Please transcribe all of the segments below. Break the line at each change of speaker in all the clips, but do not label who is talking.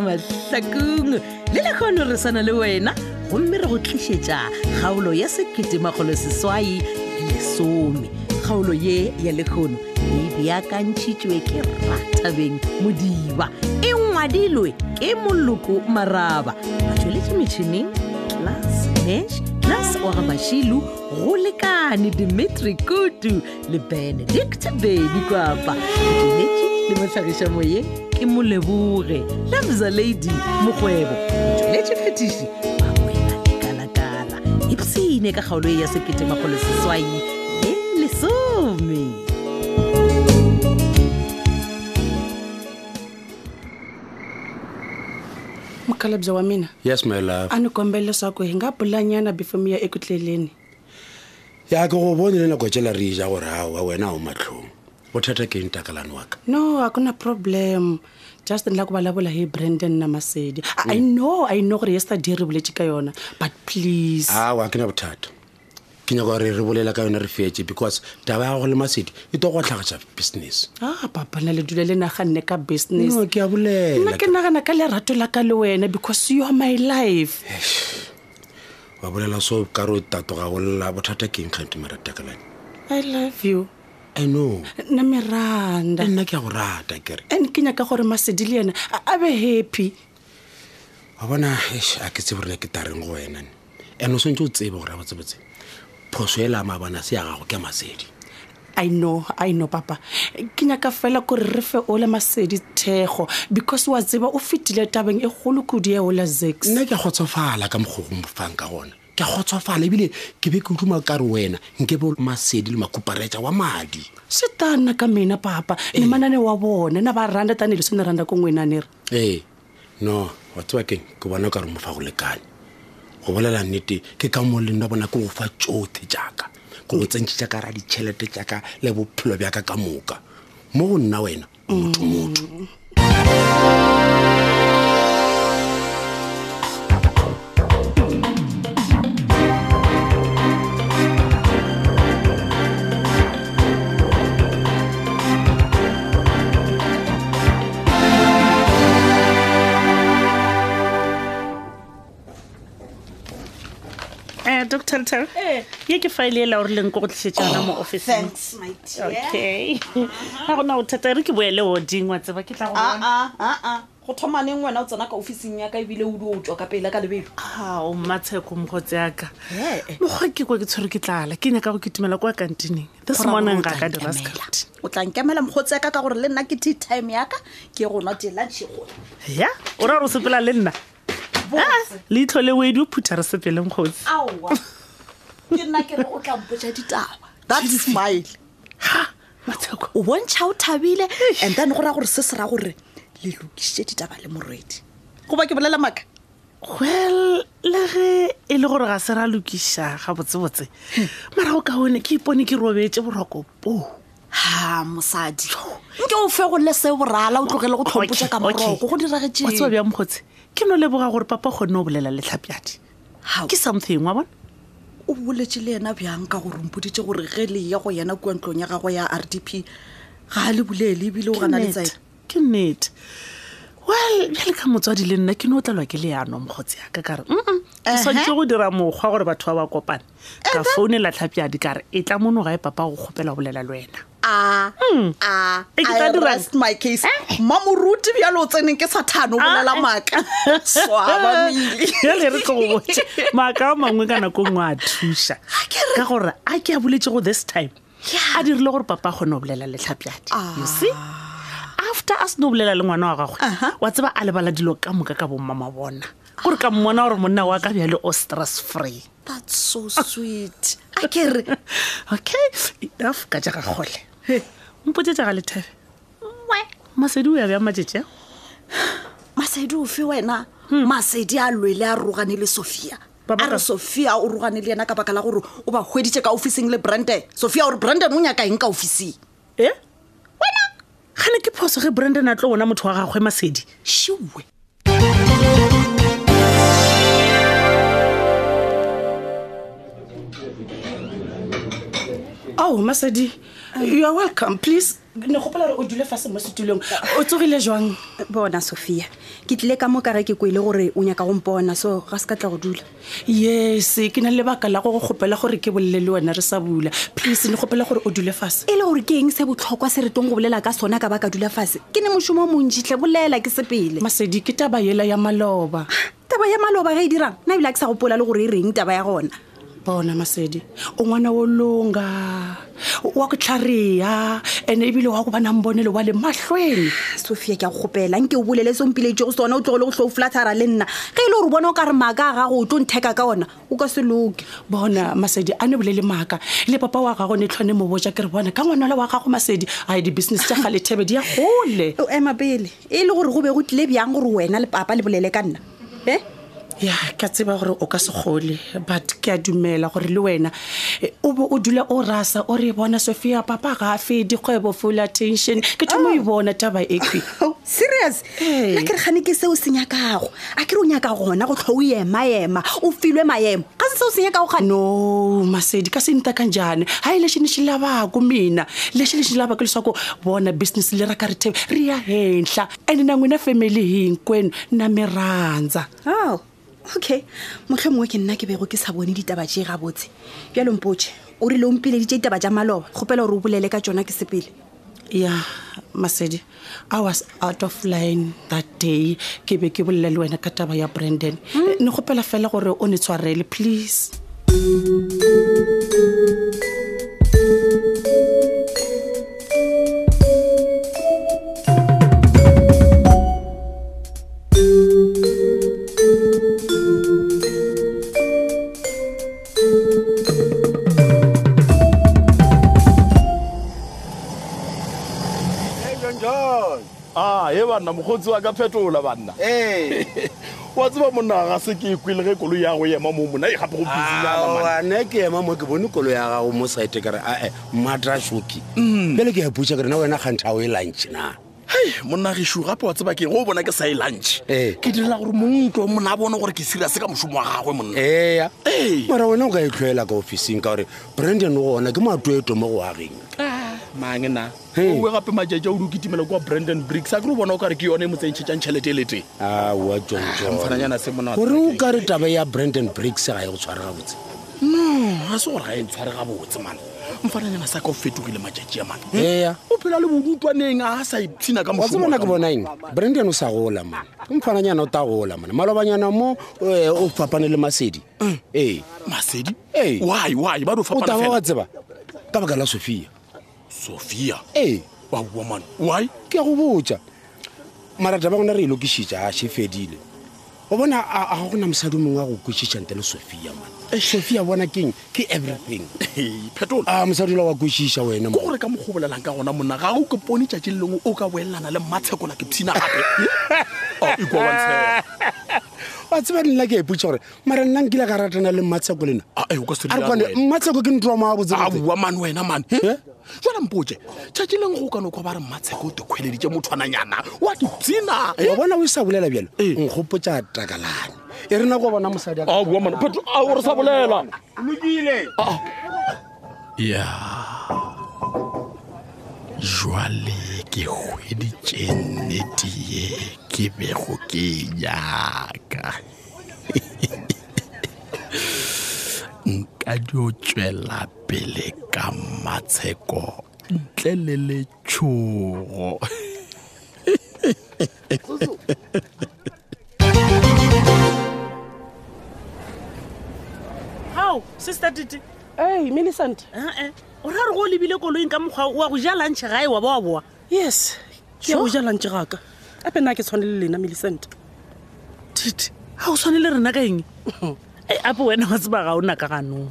mahlakong le le kgono re sana le wena gomme re go tlišetša kgaolo ya seketemagoloseswai le lesome kgaolo ye ya lekgono e beakantšhitšwe ke ratabeng modiba e ngwadilwe ke moloko maraba ba tšweletše metšhineng class nash class oaga mašilu go lekane dimitri kutu le benedict bedi kwapa diletše le motlhagiša moyeng ke moleboge lamza lady mokgwebo tšweletše fetiši bamoena lekalakala ipsene ka kgaolo e ya seketemagolo seswai le lesome
mukhalabye wa mina
yes my love
a ni kombela leswaku hi nga bulanyana before mi ya eku tleleni
ya ke go bone le nako tšela re e ja gore aowa wena o matlhong bothata ke eng takalane wa ka
no a ku na problem just ni la ku vulavula hi brandon na masedi I- i know i know gore yesterday re vuletse ka yona but please
awa ke na bothata ke nyaka gore re bolela ka yone re fetse because taba ya go le masedi e to go tlhagatša business
a papana Ah, le dula le naganne ka business
no ke a
nna
bolela
ke nagana ka lerato la ka le wena because you are my life
wa bolela so ka re o tatoga golla bothata ke eng kgante maratakalane
i love you
i know
na mi rhandza
le nna ke a go rata kere
and ke nyaka gore masedi le yena a- a be happy
wa bona eish, a ke tsebe rena ke tareng go wena and o swantse o tsebe gore a botsebotse phoso ela mabana se ya gago ke a masedi
i know i know papa ke nyaka fela kore re fe ola masedi thekgo because wa tseba o fetile tabeng e kgolo kudu ya ola zax
nna ke a kgotsofala ka mokgogo mofang ka gona ke a kgotsofala ebile ke be ke duma ka re wena nke be masedi le makuparetša wa madi
swi ta na ka mina papa ni manane wa vona na va rhandza tanihileswi ni rhandza ku n'wina ni ri
ee no wa tseba keng ke bona o ka re mofa go lekane go bolela nnete ke ka mo lenna bona ke go fa tsotlhe jaaka ke go tsentšhitša ka ra ditšhelete jaaka le bophelo bjaka ka moka mo go nna wena o motho motho
Eh, dr ltar ye ke faele e laorileng ko go tlisetšana mo officing
thanks my dear
okay ga gona bothata re ke boele odingwa tseba ke tla go bona
aa aa ah, go thomaneng ngwena o tsena ka officing ya ka ebile o di o tswa ka pele ka lebelo
ao mmatsheko mokgotsi aka
Ee.
mokgwa ke kwa ke tshwere ke tlala ke nyaka go ketumela kwa kantineng this
Go ra gore o
morning ga ka
tla
dira
nkemela.
sekate
o tla nkemela mokgotsi yaka ka gore le nna ke tea time yaka ke go nwa tela tšhego
ya o ra gore o sepela le nna Ah, leitlho le wedi o phutha re sepeleng kgotsi
aowa ke nna ke re o tla mpotsa ditaba that smile
ha matsheko
o bontšha o thabile and then go raya gore se se ra gore le lokiše ditaba le morwedi goba ke bolela maaka
well le ge e le gore ga se ra lokiša gabotsebotse
Hmm.
mara o ka one ke ipone ke robetse boroko poo
ha mosadi nke o fe go le se borala o tlogele go tlhompotsa ka moroko go
wa
diragetseng
tseba bjang mokgotsi ke no leboga gore papa o kgonne o bolela letlhapjadi
Hao.
ke something wa bona
o boletse le yena bjang ka gore mpoditse gore ge le ya go yena kua ntlong ya gagwe ya r d p ga a le bulele ebile o
Ke
gana
nnete,
le tsaena
ke nnete well bjale ka motswadi le nna ke no o tlalwa ke leano mokgotsi aka kare mm ke
Ehe.
swantse go dira mokgwa gore batho ba ba kopane ka foune latlhapjadi kare e tla mono gae papa go kgopela o bolela le wena
a a
E ke tla
I
dirang?
rest my case mamoruti bjalo o tseneng ke sathane o bolela maaka swabamele
jale re tlo go botse maaka a mangwe ka nako ngwe a thuša ka gore a ke a boletse go this time a dirile gore papa a kgone go bolela letlhapjadi
Ah.
you see after a seno bolela le ngwana wa gagwe
Uh-huh.
wa tseba a lebala dilo ka moka ka bommama bona gore ka mmona gore monna wa ka bjale o stress free
that's so sweet a kere
okay af ka jaga kgole mpotsetsa ga lethebe masedi o ya bjang matšetšea
masedi o fe wena masedi a lwele a rogane le sophia
Baba
a
ka-
re sophia o rogane le yena ka baka la gore o ba hweditše ka officing le branden sophia gore branden o nyaka eng ka officing
e wena gane ke phoso ge branden a tlo bona motho wa gagwe masedi
šiwe
oh masedi you are welcome please ne gopola gore o dule fase mo setulong o tsogile jwang
bona sophia ke tlile ka mo kare ke kwele gore o nyaka go mpona so ga se ka tla go dula
yes ke na le lebaka la go go gopela gore ke bolele le wena re sa bula please ne gopela gore o dule fase
e le gore ke eng se botlhokwa se re tong go bolela ka sona ka ba ka dula fase ke ne mošomo o montši tle bolela ke sepele
masedi ke taba yela ya maloba
taba ya maloba ge e dirang nna ebile a ke sa gopola le gore e reng taba ya gona
bona masedi o ngwana wo longa wa go tlharea and-e ebile wa go bana mbonele wa le matlhweni
sophia ke a go gopela nke o bolele sompileditse go sona o tlogole go tlhoufolathara le nna ge e le gore o bona o ka re maaka a gago o tlo ntheka ka ona o ka se loke
bona masedi a ne bolele maaka le papa wa gago ne tlhone mo boja ke re bona ka ngwana la wa gago masedi a di-business tja galethebe di ya gole
o ema pele e le gore go be go tlile bjang gore wena le papa le bolele ka nna e
ya ke a tseba gore o ka se gole but ke a dumela gore le wena eh, o be o dula o rasa o re bona sophia papa ga a fedi kgwebo full attention ke thomo e bona taba equi
serious
Ee.
nna ke re gane ke seo se nyakago a ke re o nyaka gona go tlho o emaema o filwe maemo ga se seo se nyakago gane
no masedi ka sentakang jane ga e lexi ni xi lavaka mina lexi ni xi lavaka leswaku vona business leri ra ka ritheve ri ya henhla ande na n'wina family hinkwenu na mi rhandza
ao okay motlho mongwe ke nna ke bego ke sa bone ditaba tše gabotse bjalo mpotše o rile o mpileditše ditaba tša maloba kgopela gore o bolele ka tsona ke sepele
ya masedi i was out of line that day ke be ke bolela le wena ka taba ya brandon ne gopela fela gore o ne tshwarele please
a e banna mokgotsi wa ka phetola banna
Eh.
wa tseba monna ga se ke ekwele ge koloi ya go ema mo mona e gape go businyana
ne ke ema mo ke bone kolo ya gago mo site kare ae matra shoki pele ke a putsa kere na wena kgantha o e lantšhe na
hei monna gešu gape wa tseba ke go o bona ke sa e lunch
Ee.
ke direla gore montlo mona a bone gore ke seriase ka mošomo wa gagwe monna
eya
Ee.
mara wena o ka e tlhoela ka officing ka gore brandon gona ke matoeto mo go ageng
mange na
Hei.
owe gape matšatši a o di o kitimela kwa brandon bricks a ke re o bona o kare ke yone e motsentšhetšang tšhelete e leteng
awa
mfananyana se mona
gore o ka re taba ya brandon bricks ga e go tshware gabotse
no ga se gore ga e ntshware gabotse mana mfananyana sa ka o fetogile matšatši a mana
eya
o phela le bodutwaneng a sa ipshina ka
wa
mošomo
tsebona
wa
ke
ka
bona eng brandon o sa gola mana mfananyana o ta gola mana malobanyana mo eh, o fapane le masedi ee
masedi
Ee.
why why ba do
o taba wa
fapana
tseba ka baka la sophia
sophia
ee
wa bua man why
ke a go botja marata ba gona re e lokišitša a she fedile o bona a a go na mosadi o mongwe a go kwešiša nte le sophia mana sophia bona keng ke everything
Hey, phetola
a mosadi ola wa kwešiša wena
ko
mo
gore ka mo gobolelang ka gona monna ga o ke pone tšatši le lengwe o ka boelelana le mmatshekola ke pshina gape Oh, ikwa wa ntshega.
wa tseba nna ke a ipotša gore mara nna nkile ka ratana le mmatsheko lena
Ah, eh, o ka se
a re
dirang
kwane
wena.
mmatsheko ke ntloma a
a
botse
bua man wena man
Eh?
jala mpoje tšatši leng go kane kwa ba re mmatsheko o tekgweleditše mothwananyana wa ke pshina
wa bona o e sa bolela bjalo
Ee.
nkgopotša takalane e rena ko bona mosadi a-
Eh. a bua man a ore sa bolela Ah. ya jwale ke hweditše nnete ye ke bego ke e nyaka nka dio tšwela pele ka matsheko ntle le letšhogo
gao sister tite
ei millicent
ee Eh, o ra re go o lebile koloing ka mokgwa wa go ja lantšhe gae wa ba wa boa
yes ke a o jalantse gaka ape nna ha ke tshwane le lena millicent
tite ga o tshwane le rena ka eng e ape wena wa tseba ga o naka ganong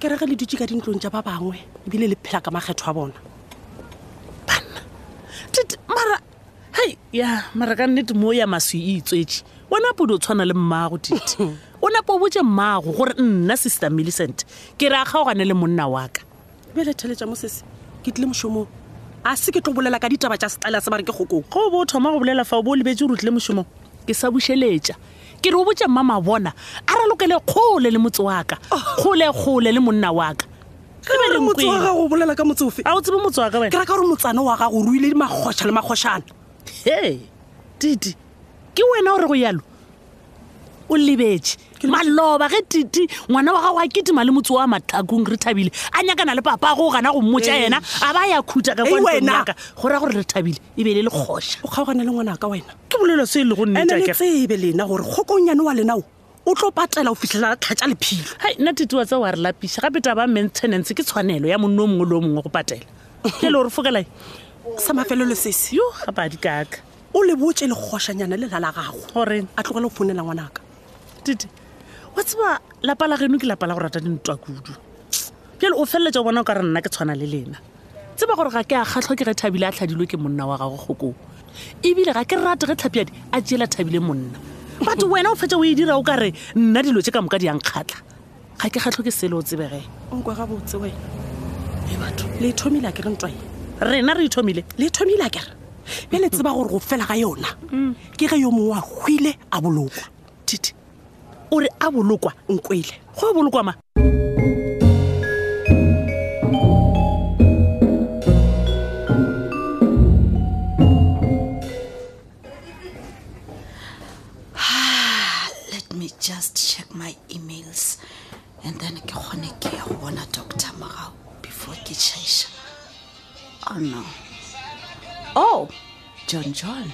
ke rege le dutse ka dintlong tja ba bangwe ebile le phela ka makgetho a bona
tite mara hei ya mara ka nnete moo ya maswi e itswetse wena podi o tshwana le mmago tite o napa o botse mmago gore nna sister millicent ke re a kgaogane le monna wa ka
bele theletša mosese ke tlile mošomong a se ke tlo bolela ka ditaba tša setaela se ba re ke gokong
go o bo o thoma go bolela fa o bo o lebetse gore o tlile mošomong ke sa bušeletša ke re o botse mmama bona a re lokele kgole le motse wa ka kgolekgole le monna wa ka e be le
motse wa
nkwena
gago o bolela ka motseofe
a o tsebe motse wa ka
ke
wena
raka gore motsana wa gago o ruile magotšha le magotšhana
he titi ke wena o re go yalo o lebetse maloba ge titi ngwana wa gago a ketima le motse wa mathakong re thabile a nyakana le papa go gana go mmotsa yena a ba ya khutha ka
Ei, wena!
kwantlongaka go raya gore re thabile e be le le kgoša
o kgaogana le ngwana ka wena
ke bolela se e le go
ande le
nnetake
tsebe lena gore kgokonyane wa lenao o tlo patela o fitlhelela tlhatsa lephilo
hai nna titi wa tsa wa re lapiša gape taba maintenance ke tshwanelo ya monna o mongwe le o mongwe go patela ke le gore fokelae
sa mafelelo sese
yo gapadi kaka
o le botse legošanyana le la la gago
goreng
a tlogele go founela ngwanaka
tite wa tseba lapa la geno ke lapa la go rata dintwa kudu pjale o feleletša o bona o ka re nna ke tshwana le lena tseba gore ga ke a kgatlho ke ge thabile a tlhadilwe ke monna wa gago kgokong ebile ga ke rate ge tlhapiadi a tseela thabile monna but wena o fetsa o e dira o ka re nna dilo tse ka moka di yankgatlha ga ke kgatlho ke sele o tsebege
onkwa ga botse wena le e thomile a kere ntwae
rena re ithomile
le e thomile a kere bjale tseba gore go fela ga yona ke ge yo mongwe a hwile a bolokwa
tite o re a bolokwa
nkwele
go bolokwa ma
let me just check my emails and then ke kgone ke ya go bona doctor morao before ke chaiša oh no oh john john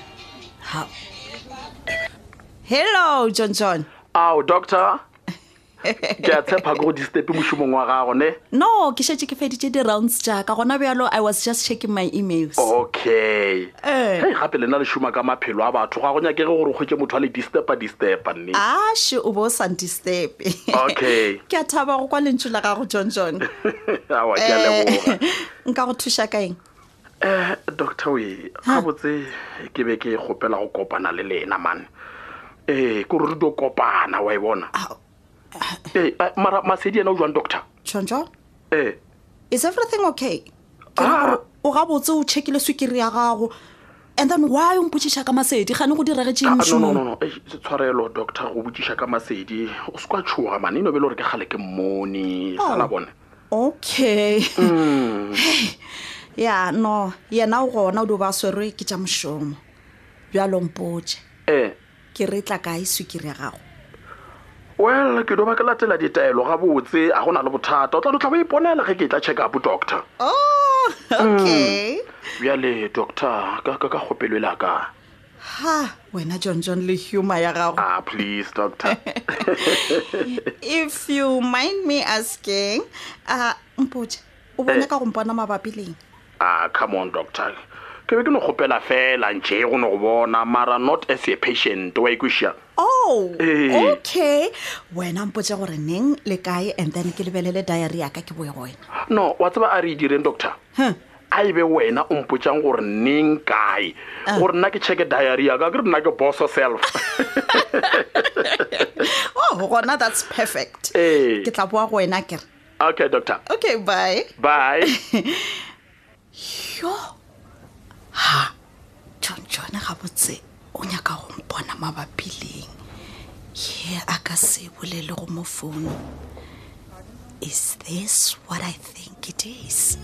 how hello john john
ao doctor ke a tshepa ke go distepe mošomong wa gago ne
no ke šetse ke feditše di-rounds jaaka gona bjalo i was just checking my emails
Oh. okay
Eh.
hei gape lena le šoma ka maphelo a batho ga go nyakege gore o kgwetse motho a le distepa distepa nne
ashe o bo o santistepe
Okay.
ke a thaba go kwa lentšu la gago john john
awa ke a
Eh.
leboga
nka go thuša ka eng
Eh, doctor oe gabotse ke be ke kgopela go kopana le lena mane ee ke gore re dio kopana wa e bona
Ao.
ee a- mara masedi ena o jwang doctor
john john
ee
is everything okay ke ra
Ah.
gore o gabotse o checkile sukiri ya gago and then why o mpotsiša ka masedi gane go diragetseng
Ah, no, no, no,
mošomong
no. Eish, tshwarelo doctor go botsiša ka masedi o se kwa tshoga mane eno E be le gore ke gale ke mmone sala bone
okay
Mm.
Hei, ya no yena o gona o di o ba swerwe ke tša mošomo bjalo mpotse
ee
ke re tla kae sukiri ya gago
well ke doba ke latela ditaelo gabotse a go na le bothata o tla do tla bo iponela ge ke tla check up doctor
oh okay
bjale doctor ka ka kgopelo e laka
ha wena john john le humor ya gago
ah please doctor
if you mind me asking uh, mpotse o bone ka gompona mabapi leng
ah come on doctor ke be ke no kgopela fela ntše go no go bona mara not as a patient wa ikweša
oh
Eh.
okay wena mpotse gore neng le kae and then ke lebelele diary yaka ke boye go wena
no wa tseba a re e direng doctor a ebe wena o mpotsang gore neng kae
Ah.
gore nna ke checke diaria ka ke re nna ke boso self
oh gona that's perfect
Eh.
ke tla boa go wena kere
okay doctor
okay bye
bye
yo ha john john gabotse o nyaka go mpona mabapi leng ye a ka se bolele go mo founu is this what i think it is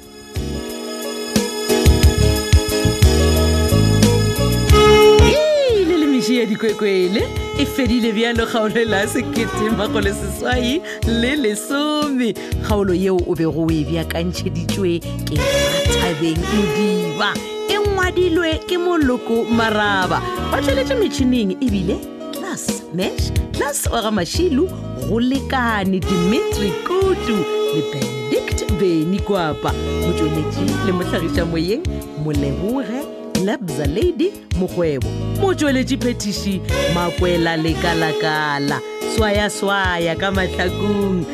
Ee, le le meši ya dikwekwele e fedile bjalo kgaolo la seketemagolo seswai le lesome kgaolo yeo o bego o e bjakantšheditšwe ke rathabeng modiba e ngwadilwe ke moloko maraba ba tsweletše metšhineng ebile class mash class wa ga mašilu go lekane dimitri kutu le benedict beny kwapa motsweletši le motlhagiša moyeng moleboge lebza lady mokgwebo motsweletši phetiši makwela lekala-kala swaya-swaya ka mahlakong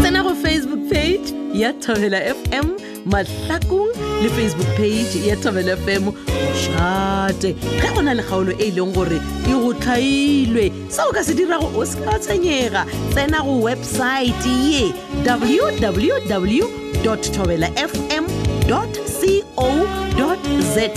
tsena go facebook page ya thobela fm mahlakong le facebook page ya thobela fm mošate ge go na le kgaolo e e leng gore e go tlhailwe seo ka se dirago o se ka tshwenyega tsena go websaete ye www www.tobelafm.co.za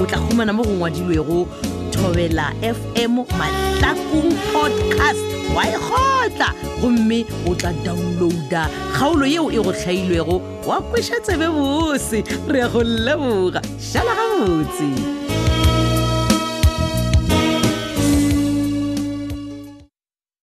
o tla humana mo go ngwadilwego thobela fm mahlakong podcast wa e kgotla gomme o tla downloada kgaolo yeo e go hlailwego wa kweša tsebe bose re a go leboga šala gabotse